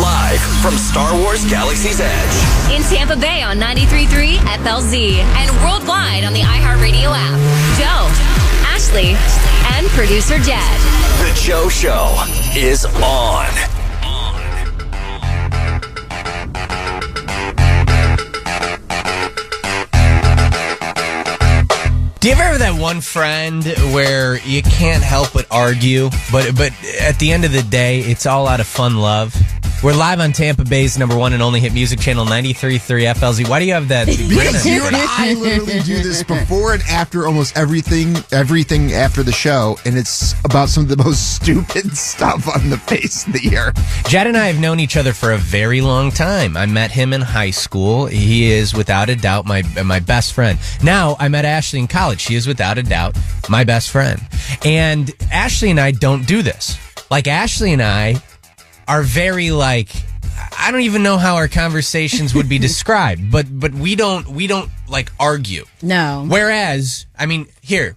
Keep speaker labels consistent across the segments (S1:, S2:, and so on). S1: Live from Star Wars Galaxy's Edge.
S2: In Tampa Bay on 93.3 FLZ and worldwide on the iHeartRadio app. Joe, Ashley, and producer Jed.
S1: The Joe Show is on.
S3: Do you ever have that one friend where you can't help but argue, but but at the end of the day, it's all out of fun love? We're live on Tampa Bay's number one and only hit music channel 93.3 FLZ. Why do you have that?
S4: Because you and I literally do this before and after almost everything, everything after the show, and it's about some of the most stupid stuff on the face of the earth.
S3: Jad and I have known each other for a very long time. I met him in high school. He is without a doubt my my best friend. Now I met Ashley in college. She is without a doubt my best friend. And Ashley and I don't do this. Like Ashley and I are very like I don't even know how our conversations would be described, but but we don't we don't like argue.
S5: No.
S3: Whereas, I mean, here,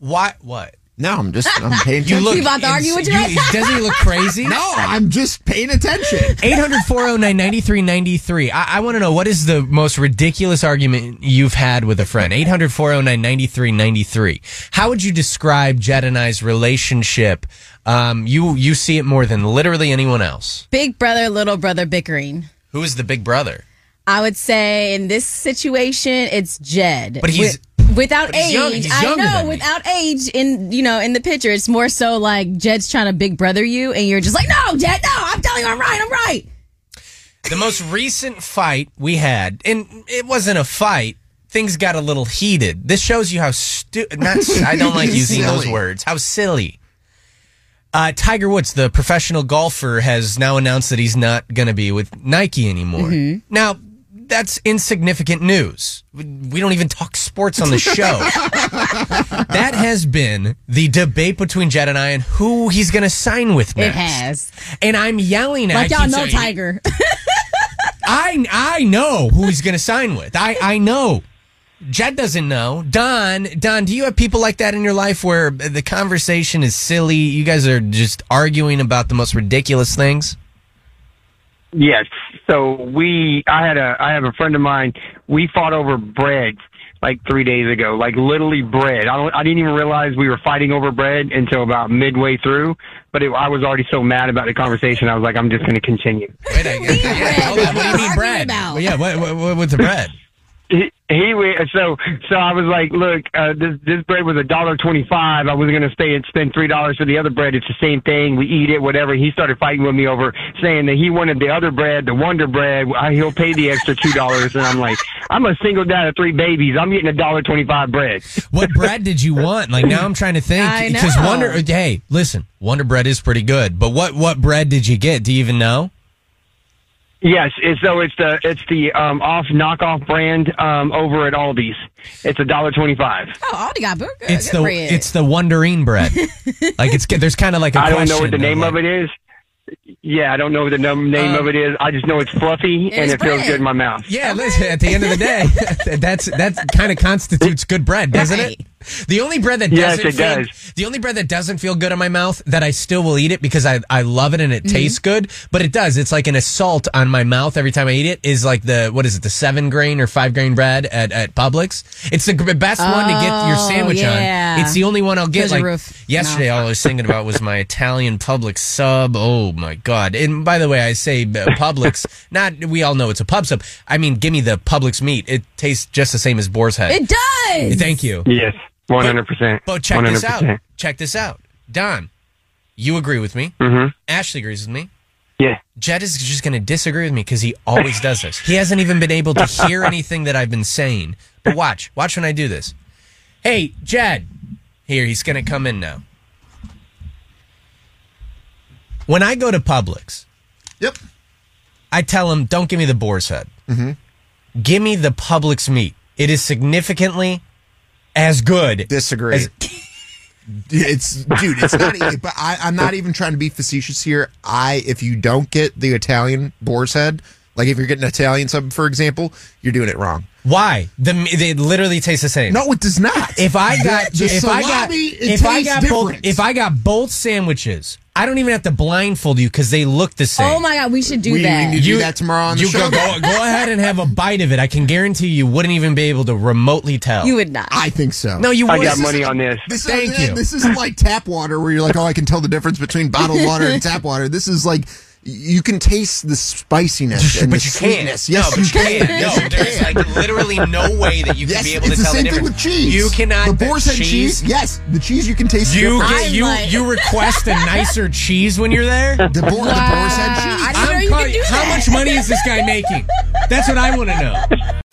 S3: why what?
S4: No, I'm just I'm paying attention.
S5: You about to argue
S3: ins-
S5: with your ass?
S3: Doesn't he look crazy?
S4: no, I'm just paying attention.
S3: 800 409 9393. I, I want to know what is the most ridiculous argument you've had with a friend? 800 409 9393. How would you describe Jed and I's relationship? Um, you, you see it more than literally anyone else.
S5: Big brother, little brother bickering.
S3: Who is the big brother?
S5: I would say in this situation, it's Jed.
S3: But he's-
S5: Wi- without
S3: but he's
S5: age.
S3: young- he's
S5: I
S3: younger
S5: know.
S3: than me.
S5: Without age, in you know, in the picture, it's more so like Jed's trying to big brother you, and you're just like, no, Jed, no, I'm telling you, I'm right, I'm right.
S3: The most recent fight we had, and it wasn't a fight. Things got a little heated. This shows you how stupid. Not stu- I don't like using those
S4: Silly.
S3: words. How silly. Uh, Tiger Woods, the professional golfer, has now announced that he's not going to be with Nike anymore.
S5: Mm-hmm.
S3: Now, that's insignificant news. We we don't even talk sports on the show. that has been the debate between Jed and I and who he's going to sign with
S5: It
S3: next.
S5: has.
S3: And I'm yelling at
S5: Like
S3: I
S5: y'all
S3: keep
S5: know
S3: saying-
S5: Tiger. Oh,
S3: I I know who he's going to sign with. I I know. Jed doesn't know. Don, Don, do you have people like that in your life where the conversation is silly? You guys are just arguing about the most ridiculous things.
S6: Yes. So we, I had a, I have a friend of mine. We fought over bread like three days ago, like literally bread. I don't, I didn't even realize we were fighting over bread until about midway through. But it, I was already so mad about the conversation. I was like, I'm just going to continue.
S3: Wait, I, yeah, hold on. what do you mean
S5: Arguing
S3: bread?
S5: about.
S3: Well, yeah, what, what, what with the bread?
S6: He, he wa- so so I was like, look, uh, this this bread was a dollar twenty five. I wasn't gonna stay and spend three dollars for the other bread. It's the same thing. We eat it, whatever. He started fighting with me over saying that he wanted the other bread, the Wonder Bread. I, he'll pay the extra two dollars, and I'm like, I'm a single dad of three babies. I'm getting a dollar twenty five bread.
S3: What bread did you want? Like now I'm trying to
S5: I
S3: think
S5: know.
S3: because Wonder. Hey, listen, Wonder Bread is pretty good, but what what bread did you get? Do you even know?
S6: Yes, and so it's the it's the um, off knockoff brand um, over at Aldi's. It's a dollar twenty five.
S5: oh, Aldi got good.
S3: It's
S5: good
S3: the
S5: bread.
S3: it's the Wonderine bread. like it's there's kind of like I
S6: I don't know what the name of it is. Yeah, I don't know what the num- name
S3: Uh,
S6: of it is. I just know it's fluffy and
S5: is
S6: it feels
S5: bread.
S6: good in my mouth.
S3: Yeah, listen, at the end of the day, that's that kind of constitutes good bread, doesn't it? The only bread that
S6: Yes,
S3: doesn't
S6: it
S3: feel,
S6: does.
S3: the only bread that doesn't feel good in my mouth that I still will eat it because I I love it and
S5: Mm-hmm.
S3: it tastes good, but it does. It's like an assault on my mouth every time I eat it. Is like the what is it, the seven grain or five grain bread at at Publix? It's the gr- best one to get your
S5: Oh,
S3: sandwich on.
S5: yeah.
S3: It's the only one I'll get.
S5: Those are
S3: Like
S5: roof-
S3: yesterday, all I was thinking about was my Italian Publix sub. Oh my god! And by the way, I say uh, Publix. not we all know it's a pub sub. I mean, give me the Publix meat. It tastes just the same as Boar's Head.
S5: it does.
S3: Thank you.
S6: Yes, one hundred percent.
S3: But check this out. Check this out. Don, you agree with me.
S6: Mhm.
S3: Ashley agrees with me.
S6: Yeah,
S3: Jed is just going to disagree with me because he always does this. He hasn't even been able to hear anything that I've been saying. But watch, watch when I do this. Hey, Jed. Here, he's going to come in now. When I go to Publix,
S4: Yep.
S3: I tell them, don't give me the boar's head. Give me the Publix meat. It is significantly as good.
S4: Disagree.
S3: as-
S4: It's dude. It's not. e- but I, I'm not even trying to be facetious here. I if you don't get the Italian boar's head, like if you're getting Italian sub, for example, you're doing it wrong.
S3: Why? The m- they literally taste the same.
S4: No, it does not.
S3: If I got
S4: the
S3: if I got
S4: salami, it
S3: if I
S4: tastes
S3: got both
S4: different.
S3: if I got both sandwiches, I don't even have to blindfold you because they look the same.
S5: Oh my god, we should do
S4: We-
S5: that.
S4: we need- do that tomorrow on the
S3: you
S4: show.
S3: Go, go, go ahead and have a bite of it. I can guarantee you wouldn't even be able to remotely tell.
S5: you would not.
S4: I think so.
S3: No, you
S6: I
S3: would.
S6: got money on this.
S4: This
S3: Thank
S4: isn't-
S3: you.
S4: This isn't like tap water where you're like, oh, I can tell the difference between bottled water and tap water. This is like you can taste the spiciness and
S3: But
S4: the
S3: you can't.
S4: sweetness.
S3: no,
S4: Yes,
S3: but you can.
S4: Yes,
S3: No,
S4: you
S3: there's
S4: can.
S3: like literally no way that you can
S4: Yes,
S3: be able
S4: it's
S3: to
S4: the
S3: tell
S4: same
S3: the
S4: thing with
S3: difference.
S4: cheese.
S3: You cannot.
S4: The boar's head cheese. Yes, the cheese you can taste.
S3: You
S4: different.
S3: get you
S5: like-
S3: you request a nicer cheese when you're there.
S4: the, boar, the boar's head cheese.
S5: I didn't know you could
S3: calling-
S5: do
S3: how
S5: that.
S3: much money is this guy making? That's what I want to know.